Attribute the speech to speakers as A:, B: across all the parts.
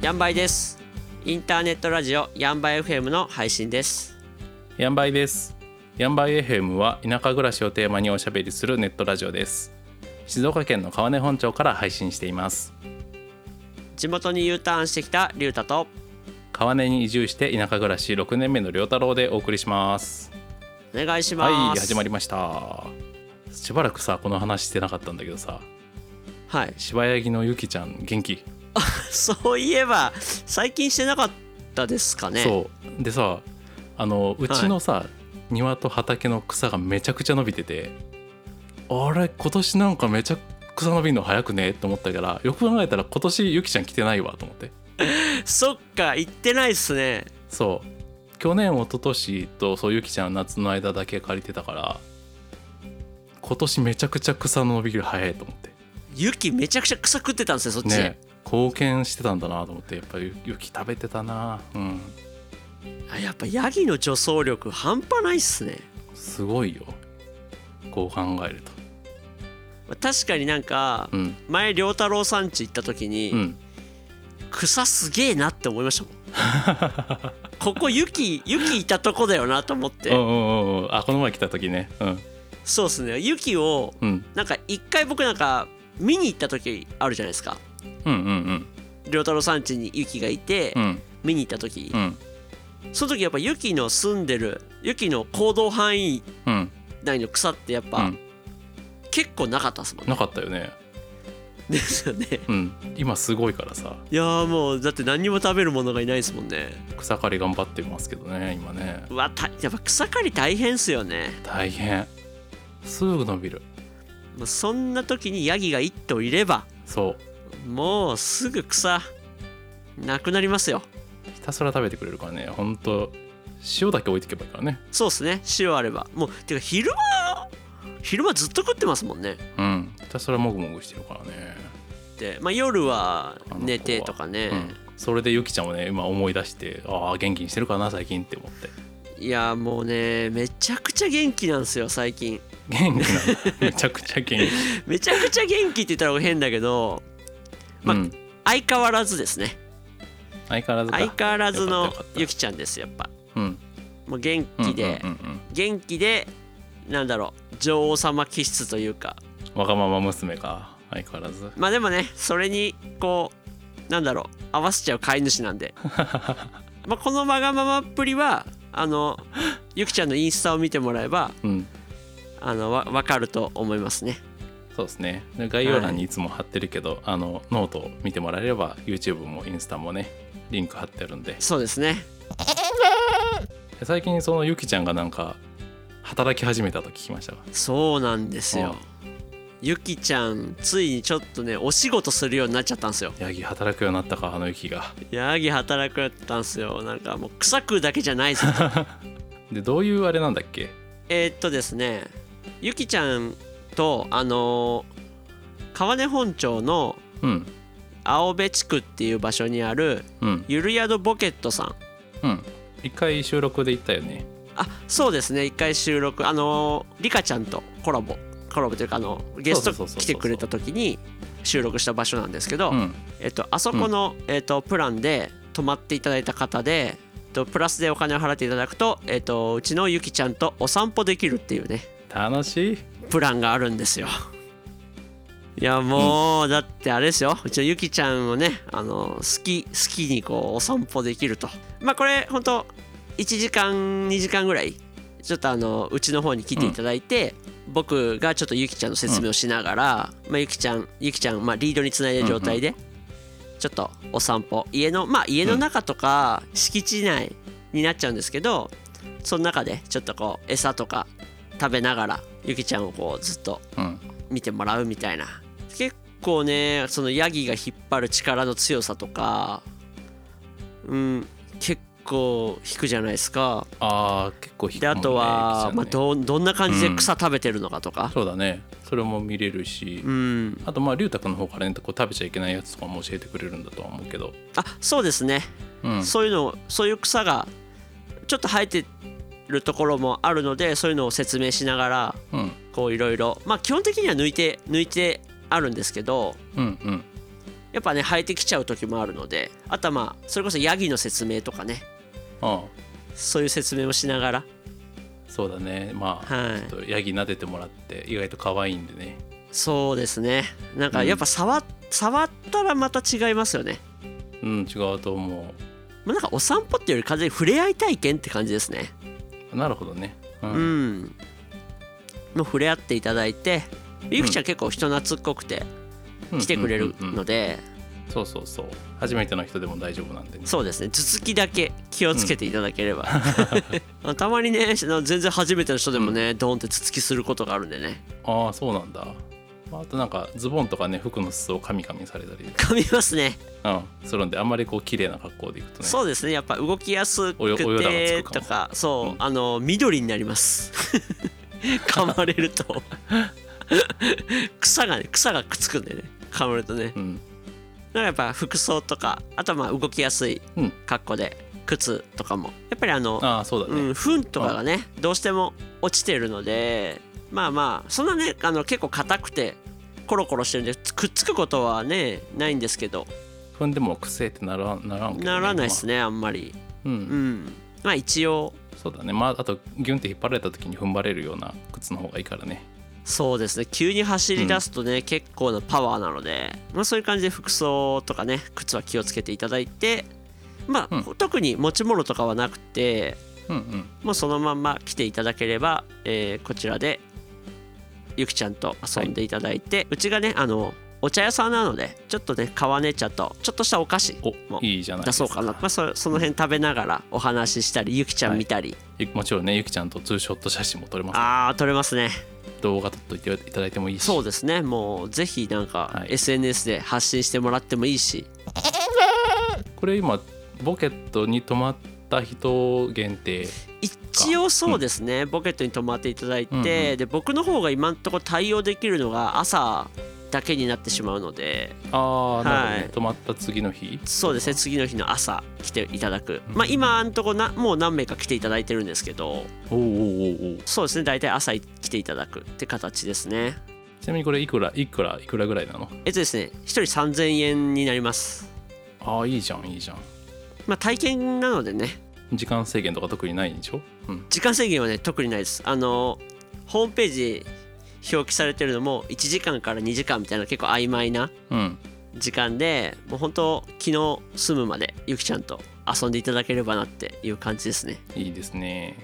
A: ヤンバイですインターネットラジオヤンバイ FM の配信です
B: ヤンバイです。ヤンバイ FM は田舎暮らしをテーマにおしゃべりするネットラジオです。静岡県の川根本町から配信しています。
A: 地元に U ターンしてきたリュウタと
B: 川根に移住して田舎暮らし6年目の良太郎でお送りします。
A: お願いします
B: はい、始まりました。しばらくさ、この話してなかったんだけどさ、
A: はい
B: 柴柳のゆきちゃん元気、
A: そういえば最近してなかったですかね
B: そう。でさ、あの、うちのさ、庭と畑の草がめちゃくちゃ伸びてて、あれ、今年なんかめちゃ草伸びるの早くねと思ったから、よく考えたら今年ゆきちゃん来てないわと思って。
A: そっか行ってないっすね
B: そう去年一昨年とそうゆきちゃんは夏の間だけ借りてたから今年めちゃくちゃ草の伸びる早いと思って
A: 雪めちゃくちゃ草食ってたんですねそっち、
B: ね貢献してたんだなと思ってやっぱりゆき食べてたなうん
A: あやっぱヤギの除草力半端ないっすね
B: すごいよこう考えると
A: 確かになんか
B: うん
A: 前良太郎さん家行った時に、
B: うん
A: 草すげえなって思いましたもんここ雪雪いたとこだよなと思って、
B: うんうんうんうんあこの前来た時ねうん
A: そうですね雪を
B: うん
A: なんか一回僕なんか見に行った時あるじゃないですか
B: うんうん
A: 良太郎さん家に雪がいて、
B: うんうん
A: 見に行った時
B: う、ん
A: その時やっぱ雪の住んでる雪の行動範囲
B: うん
A: 内の草ってやっ
B: う
A: ぱ、
B: ん
A: 結構なかったですもんね
B: なかったよね
A: ですよね
B: うん今すごいからさ
A: いやーもうだって何にも食べるものがいないですもんね
B: 草刈り頑張ってますけどね今ね
A: うわたやっぱ草刈り大変っすよね
B: 大変すぐ伸びる
A: もうそんな時にヤギが1頭いれば
B: そう
A: もうすぐ草なくなりますよ
B: ひたすら食べてくれるからねほんと塩だけ置いてけばいいからね
A: そうっすね塩あればもうてか昼間昼間ずっと食ってますもんね
B: うんひたすらもぐもぐしてるからね、
A: で、まあ、夜は
B: あの子は
A: 寝てとかね、
B: うん、それでゆきちゃんもね今思い出してああ元気にしてるかな最近って思って
A: いやもうねめちゃくちゃ元気なんですよ最近
B: 元気なんだめちゃくちゃ元気
A: めちゃくちゃ元気って言ったら変だけどまあ
B: うん、
A: 相変わらずですね
B: 相変わらずか
A: 相変わらず
B: よ
A: の
B: かったよかった
A: ゆきちゃんですやっぱ
B: うん
A: もう元
B: うん
A: 気で、
B: うんうん
A: 元気でなんだろう女王様気質というか
B: うんわがまま娘か相変わらず
A: まあでもねそれにこうなんだろう合わせちゃう飼い主なんでまあこのわがままっぷりはあのゆきちゃんのインスタを見てもらえば
B: うん
A: あのわ分かると思いますね
B: そうですねで概要欄にいつも貼ってるけど、あのノートを見てもらえれば YouTube もインスタもねリンク貼ってあるんで
A: そうですね
B: で最近そのゆきちゃんがなんか働き始めたと聞きましたが
A: そうなんです
B: う
A: よ
B: ん
A: ゆきちゃんついにちょっとねお仕事するようになっちゃったんですよ
B: ヤギ働くようになったかあの雪が
A: ヤギ働くようになったんですよなんかもう草食うだけじゃないぞ
B: でどういうあれなんだっけ
A: えーっとですねゆきちゃんとあのー川根本町の
B: うん
A: 青部地区っていう場所にある
B: うん
A: ゆるやどボケットさん
B: うん一回収録で行ったよね
A: あそうですね一回収録あのーリカちゃんとコラボコラボというかあのゲスト
B: そうそうそうそうそう
A: 来てくれた時に収録した場所なんですけど、
B: うん
A: えっと、あそこの、えっと、プランで泊まっていただいた方で、えっと、プラスでお金を払っていただくと、えっと、うちのゆきちゃんとお散歩できるっていうね
B: 楽しい
A: プランがあるんですよいやもう、だってあれですようちのゆきちゃんをねあの好き好きにこうお散歩できるとまあこれほんと1時間2時間ぐらいちょっとあのうちの方に来ていただいて、僕がちょっとゆきちゃんの説明をしながら、まあ、ゆきちゃんゆきちゃん、まあ、リードにつないでる状態で、ちょっとお散歩家のまあ家の中とか敷地内になっちゃうんですけど、その中でちょっとこう餌とか食べながらゆきちゃんをこうずっと
B: うん
A: 見てもらうみたいな結構ねそのヤギが引っ張る力の強さとかうん結構引くじゃないですか
B: あー結構引く
A: で
B: も
A: あ
B: んね
A: とは、
B: ゆ
A: まあ、
B: きちゃん
A: ど
B: ね
A: んどんな感じで草食べてるのかとか
B: そうだねそれも見れるし、
A: うん、
B: あとまあ龍太くんの方からねこう食べちゃいけないやつとかも教えてくれるんだとは思うけど
A: あそうですね、
B: うん
A: そういうのそういう草がちょっと生えてるところもあるのでそういうのを説明しながら
B: うん
A: こういろいろまあ基本的には抜いて抜いてあるんですけど
B: うんうん
A: やっぱね生えてきちゃう時もあるのであとはまあそれこそヤギの説明とかね
B: うん
A: そういう説明をしながら
B: そうだねまあ、
A: はい
B: ちょっとヤギ撫でてもらって意外と可愛いんでね
A: そうですねなんかやっぱ触,、触ったらまた違いますよね、
B: うん違うと思
A: まあ、なんかお散歩っていうより完全に触れ合い体験って感じですね
B: うなるほどねうん、
A: うんもう触れ合っていただいてゆきちゃん結構人懐っこくて来てくれる
B: うんうんうんう
A: の
B: ん
A: で
B: そうそうそう初めての人でも大丈夫なんでね
A: そうですね続きだけ気をつけていただければ、た まにね全然初めての人でもね、ドーンってつつきすることがあるんでね
B: ああそうなんだまああとなんかズボンとかね服の裾をカミカミされたり、
A: 噛みますね
B: うん、するんであんまりこう綺麗な格好でいくとね
A: そうですねやっぱ動きやす
B: およ
A: く
B: およだが
A: て
B: つくか
A: と
B: も
A: かそう、
B: うん
A: あの緑になります 噛まれると草がね草がくっつくんでね噛まれるとね
B: うん
A: だからやっぱ服装とかあとはまあ動きやすい
B: うん
A: 格好で、靴とかもやっぱりあの
B: ああそうだね、
A: うん、糞とかがねどうしても落ちてるのでまあまあそんなねあの結構硬くてコロコロしてるんでつくっつくことはねないんですけど
B: 踏んでもくせえってならならんけどね、
A: ならないですねあんまり
B: まあ、う
A: うんんまあ一応
B: そうだねまああとギュンって引っ張られた時に踏ん張れるような靴の方がいいからね
A: そうですね急に走り出すとね、結構なパワーなので、まあ、そういう感じで服装とかね靴は気をつけていただいてまあ、
B: う
A: 特に持ち物とかはなくて
B: うんうん
A: もうそのまんま来ていただければ、えーこちらでゆきちゃんと遊んでいただいて、うちがねあのお茶屋さんなのでちょっとね川根茶とちょっとしたお菓子
B: お
A: も
B: いいじゃない
A: 出
B: です
A: そうかなまあ、そその辺食べながらお話ししたりゆきちゃん見たり、
B: ゆもちろんねゆきちゃんとツーショット写真も撮れます
A: ああー撮れますね
B: 動画撮っといていただいてもいいし
A: そうですねもうぜひなんか
B: はい
A: SNS で発信してもらってもいいし、
B: これ今ボケットに泊まった人限定
A: 一応そうですね、ボケットに泊まっていただいて、
B: うんうん
A: で僕の方が今んとこ対応できるのが朝だけになってしまうので
B: ああなるほどね、
A: はい
B: 泊まった次の日
A: そうですね次の日の朝来ていただく、
B: うん
A: まあ今んとこなもう何名か来ていただいてるんですけど
B: おうおうおうおう
A: そうですね大体朝来ていただくって形ですね
B: ちなみにこれいくらいくらいくらぐらいなの
A: えっとですね1人3000円になります
B: ああいいじゃんいいじゃん
A: まあ体験なのでね
B: 時間制限とか特にないんでしょ、うん、
A: 時間制限はね特にないですあのホームページ表記されてるのも1時間から2時間みたいな結構曖昧な
B: うん
A: 時間でもう本当昨日住むまでゆきちゃんと遊んでいただければなっていう感じですね
B: いいですね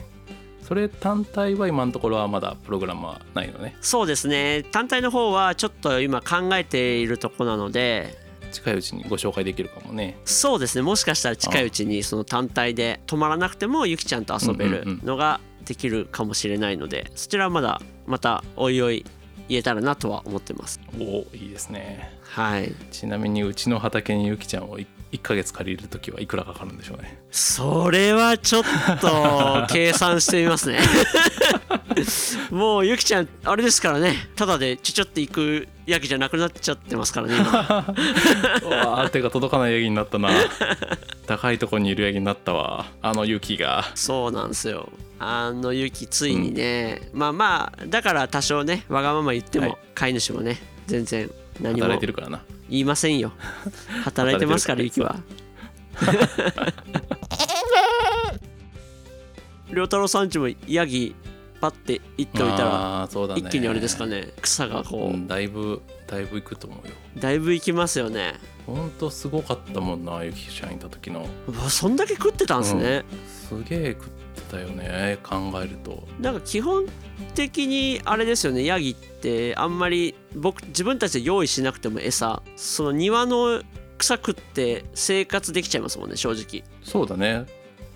B: それ単体は今のところはまだプログラムはないのね
A: そうですね単体の方はちょっと今考えているとこなので
B: 近いうちにご紹介できるかもね
A: そうですねもしかしたら近いうちにその単体で泊まらなくてもゆきちゃんと遊べる
B: うんうんうん
A: のができるかもしれないのでそちらはまだまたおいおい言えたらなとは思ってます
B: おおいいですね
A: はい
B: ちなみにうちの畑にゆきちゃんを 1, ヶ月借りるときはいくらかかるんでしょう ね
A: それはちょっ と計算してみますねもうゆきちゃんあれですからねただでちょちょって行くやけじゃなくなっちゃってますからね 今
B: うわあ手が届かないヤギになっ たな高いとこにいるヤギになったわあのユキが
A: そうなんですよあのユキついにね、まあまあだから多少ねわがまま言っても、
B: はい
A: 飼い主もね全然何も
B: 働いてるからな
A: 言いませんよ働いてますから
B: 働
A: ユ
B: いて
A: キ
B: る
A: は 良太郎さんちもヤギパッて行っておいたら
B: あーそうだね
A: 一気にあれですかね草がこ
B: う
A: うん
B: だいぶだいぶいくと思うよ
A: だいぶ行きますよね
B: ほんとすごかったもんなユキちゃんいた時の
A: うわそんだけ食ってたんですね、
B: すげえ食ってたよね考えると
A: なんか基本的にあれですよねヤギってあんまり僕自分たちで用意しなくても餌その庭の草食って生活できちゃいますもんね正直
B: そうだね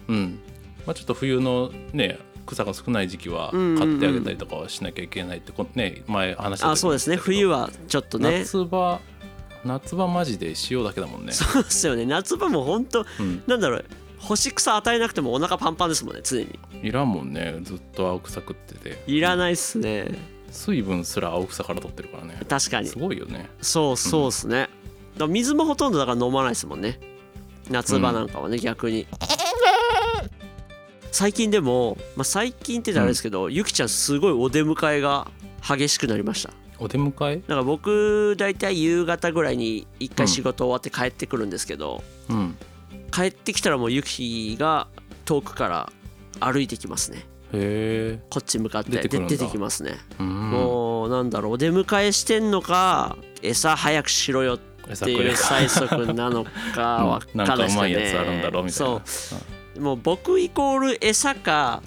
B: うん、まあ、ちょっと冬のね草が少ない時期は
A: うんうんうん
B: 買ってあげたりとかはしなきゃいけないってこ、ね前話した時に
A: あそうですね冬
B: は
A: はちょっとね
B: 夏場夏場マジで塩だけだもんね
A: そうっすよね夏場も本当
B: うん
A: なんだろう干し草与えなくてもお腹パンパンですもんね常に
B: いらんもんねずっと青草食ってて
A: いらないっすね
B: 水分すら青草から取ってるからね
A: 確かに
B: すごいよね
A: そうそうっすね、だから水もほとんどだから飲まないですもんね夏場なんかはね、逆に最近でも、まあ、最近って言ったらあれですけど、ゆきちゃんすごいお出迎えが激しくなりました
B: お出迎え
A: なんか僕大体夕方ぐらいに一回仕事終わって帰ってくるんですけど、
B: うん
A: 帰ってきたらもうユキが遠くから歩いてきますね
B: へえ
A: こっち向かって
B: 出てくるんだ
A: で出てきますね、
B: うん
A: もうなんだろうお出迎えしてんのか餌早くしろよっ
B: 餌
A: て
B: く
A: いう
B: れ
A: 催 促なのかわ
B: うん
A: かんないです
B: なんかうま
A: け
B: い
A: どね
B: やつあるんだろうみたいな
A: そうもう僕イコール餌か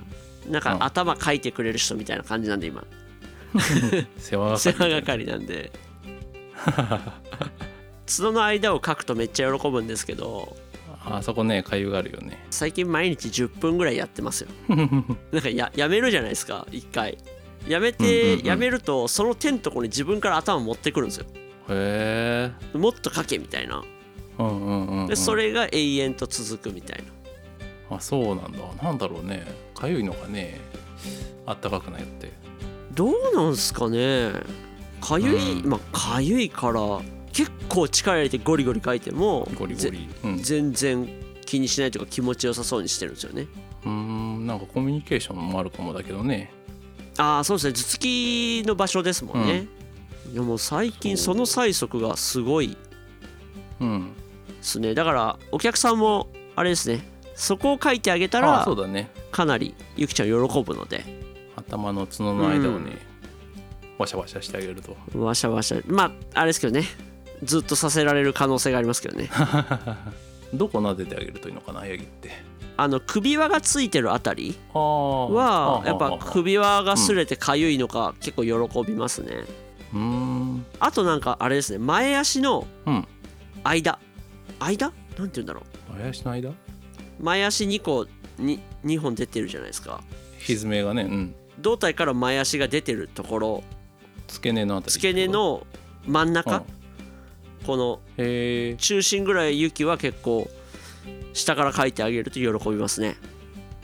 A: なんか頭かいてくれる人みたいな感じなんで今
B: 世話
A: 世
B: 係
A: 話係なんで角の間を書くとめっちゃ喜ぶんですけど
B: あそこねかゆがあるよ ね
A: 最近毎日10分ぐらいやってますよなんかややめるじゃないですか一回やめ
B: うんうんう
A: て
B: ん
A: やめるとその手のとこに自分から頭持ってくるんですよ
B: へえ
A: もっと書けみたいな
B: うんうんうん、うん、
A: でそれが永遠と続くみたいな
B: あそうなんだなんだろうねかゆいのかねあったかくないって
A: どうなんすかねかゆい、
B: うん
A: まあかゆいから結構力入れてゴリゴリ書いても
B: ゴリゴ
A: ぜ
B: リうんう
A: 全然気にしないというか気持ちよさそうにしてるんですよね
B: ーんなんかコミュニケーションもあるかもだけどね
A: ああそうですね頭突きの場所ですもんね、いやもう最近その催促がすごい
B: うん
A: ですねだからお客さんもあれですねそこを書いてあげた
B: あ
A: ら
B: そうだね
A: かなりゆきちゃん喜ぶので
B: 頭の角の間をね、ワシャワシャしてあげると
A: わしゃわしゃまああれですけどねずっとさせられる可能性がありますけど ね
B: どこ撫でてあげるといいのかなヤギって
A: あの首輪がついてるあたり
B: ああ
A: はやっぱ
B: う
A: 首輪が擦れてかゆいのか結構喜びますね、
B: ーん
A: あとなんかあれですね前足の
B: うん
A: 間間なんて言うんだろ
B: 前足の間
A: う前足2個に2本出てるじゃないですか
B: ひずめがねうん
A: 胴体から前足が出てるところ
B: 付け根のあたり
A: 付け根の真ん中、
B: うん
A: この
B: へえ
A: 中心ぐらいユキは結構下から書いてあげると喜びますね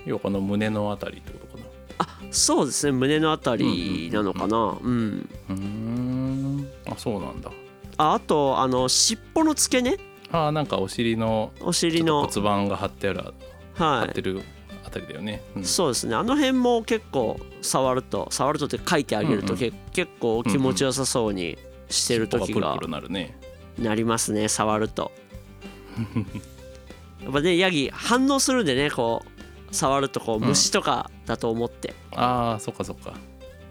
B: 要はこの胸のあたりってことかな
A: そうですね胸のあたりなのかなうん
B: うーんあそうなんだ
A: ああとあの尻尾の付け根
B: あーなんかお尻の
A: お
B: ちょ
A: 尻
B: っと
A: の
B: 骨盤が張ってある張
A: は
B: ってるあたりだよね、うん
A: いそうですねあの辺も結構触ると触るとって書いてあげるとけ、結構気持ちよさそうにしてる時
B: 尻尾が
A: が
B: プルプルなるね
A: なりますね触ると やっぱねヤギ反応するんでねこう触るとこう虫とかだと思って、
B: ああそっかそっか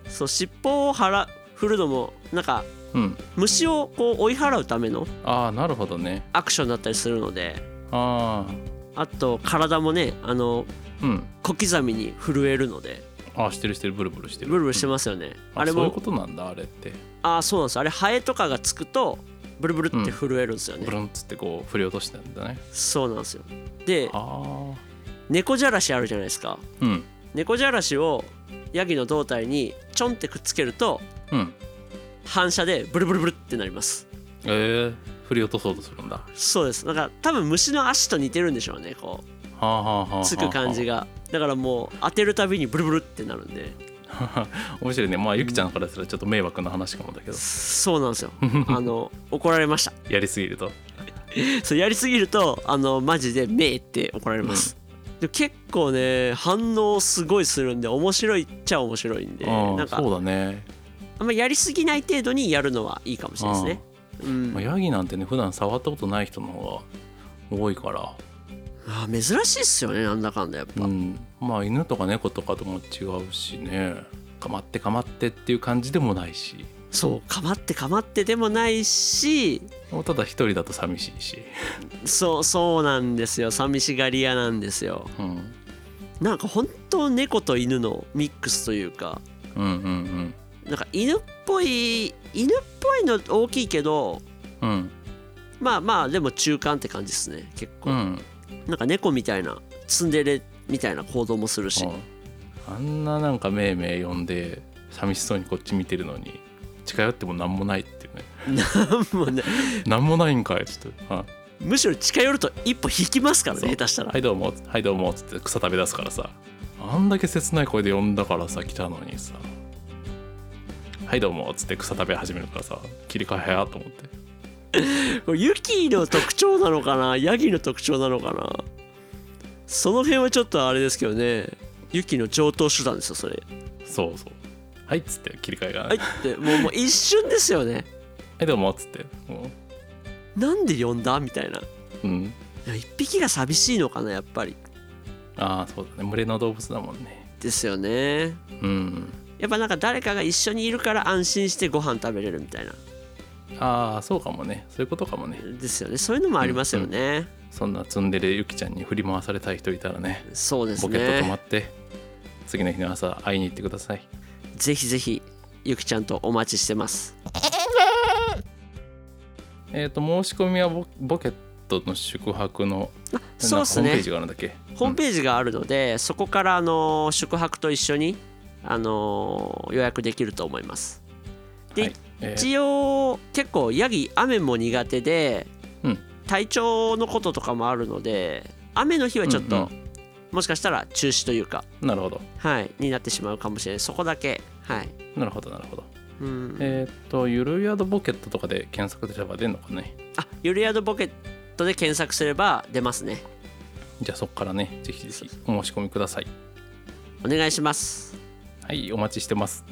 A: そう尻尾を払振るのもなんか
B: うん
A: 虫をこう追い払うための
B: ああなるほどね
A: アクションだったりするので
B: あ
A: あと体もねあの
B: あうん
A: 小刻みに震えるので
B: ああしてるしてるブルブルしてる
A: ブルブルして
B: うん
A: ますよね、
B: あ
A: あれ
B: れもそういう
A: も
B: ことなんだあれって
A: ああそうなんですあれハエとかがつくとブルブルって震えるんですよね、
B: ブルンっつってこう振り落としてんだね
A: そうなんですよで
B: あ
A: 猫じゃらしあるじゃないですか
B: あうん
A: 猫じゃらしをヤギの胴体にちょんってくっつけると
B: うん
A: 反射でブルブルブルってなります
B: えー、振り落とそうとするんだは
A: そうですだから多分虫の足と似てるんでしょうねこう
B: あはあはあはあ
A: つく感じがだからもう当てるたびにブルブルってなるんで
B: 面白いねまあゆきちゃんからすらちょっと迷惑な話かもだけど
A: そうなんです よあの怒られました
B: やりすぎると
A: そうやりすぎるとあのマジで「めえ」って怒られます、で結構ね反応すごいするんで面白いっちゃ面白いんで
B: あ
A: なん
B: あ
A: か
B: そうだね
A: あんまやりすぎない程度にやるのはいいかもしれないですねうん
B: まあ、ヤギなんてね普段触ったことない人の方が多いから、
A: あー珍しいっすよねなんだかんだやっぱ、
B: うん、まあ犬とか猫とかとも違うしねかまってかまってっていう感じでもないし
A: そうかまってかまってでもないし
B: もうただ一人だと寂しいし、
A: そうそうなんですよ寂しがり屋なんですよ
B: うん、
A: なんか本当猫と犬のミックスというか
B: うんうん
A: なんか犬っぽい犬っぽいの大きいけど
B: うんうん
A: まあまあでも中間って感じですね結構、
B: うん
A: なんか猫みたいなツンデレみたいな行動もするし、
B: あんななんかめいめい呼んで寂しそうにこっち見てるのに近寄っても何もないっていうね
A: もうね
B: 何もないんかいちょっと、は
A: むしろ近寄ると一歩引きますから
B: そ
A: ね
B: う
A: 下手したら
B: はいどうもはいどうもっつって草食べ出すからさあんだけ切ない声で呼んだからさ来たのにさはいどうもっつって草食べ始めるからさ切り替え早っと思って
A: これユキの特徴なのかなヤギの特徴なのかなその辺はちょっとあれですけどねユキの上等手段ですよそれ
B: そうそうはい」っつって切り替えが、
A: はいってもうもう一瞬ですよね
B: はいどうも」っつっても、
A: なんで呼んだみたいないう
B: うん、
A: や一匹が寂しいのかなやっぱり
B: ああそうだね群れの動物だもんね
A: ですよね
B: うん
A: やっぱなんか誰かが一緒にいるから安心してご飯食べれるみたいな
B: ああそうかもねそういうことかもね
A: ですよねそういうのもありますよね、
B: そんなツンデレゆきちゃんに振り回されたい人いたらね
A: そうです
B: ポケット止ま
A: ね
B: って、次の日の朝会いに行ってください
A: ぜひぜひゆきちゃんとお待ちしてます
B: えっ、と申し込みはボボケットの宿泊の
A: あそうです
B: ホームペ
A: ね
B: ージがあるんだっけ
A: ホームページがあるので、そこからあの宿泊と一緒にあの予約できると思います。で
B: はいえー
A: 一応結構ヤギ雨も苦手で、
B: うん
A: 体調のこととかもあるので雨の日はちょっと、
B: うん
A: もしかしたら中止というか、
B: なるほど
A: はい、になってしまうかもしれないそこだけはい、
B: なるほどなるほど
A: うん
B: えっ、とゆるやどボケットとかで検索すれば出るのかね
A: あゆるやどポケットで検索すれば出ますね
B: じゃあそこからねぜひぜひお申し込みください
A: お願いします
B: はいお待ちしてます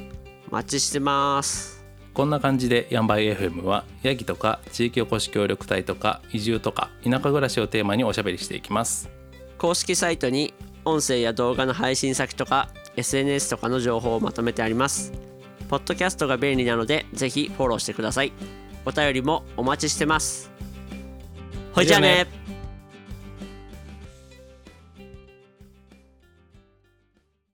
A: お待ちしてます
B: こんな感じでヤンバイ FM はヤギとか地域おこし協力隊とか移住とか田舎暮らしをテーマにおしゃべりしていきます
A: 公式サイトに音声や動画の配信先とか SNS とかの情報をまとめてありますポッドキャストが便利なのでぜひフォローしてくださいお便りもお待ちしてますほいじゃあね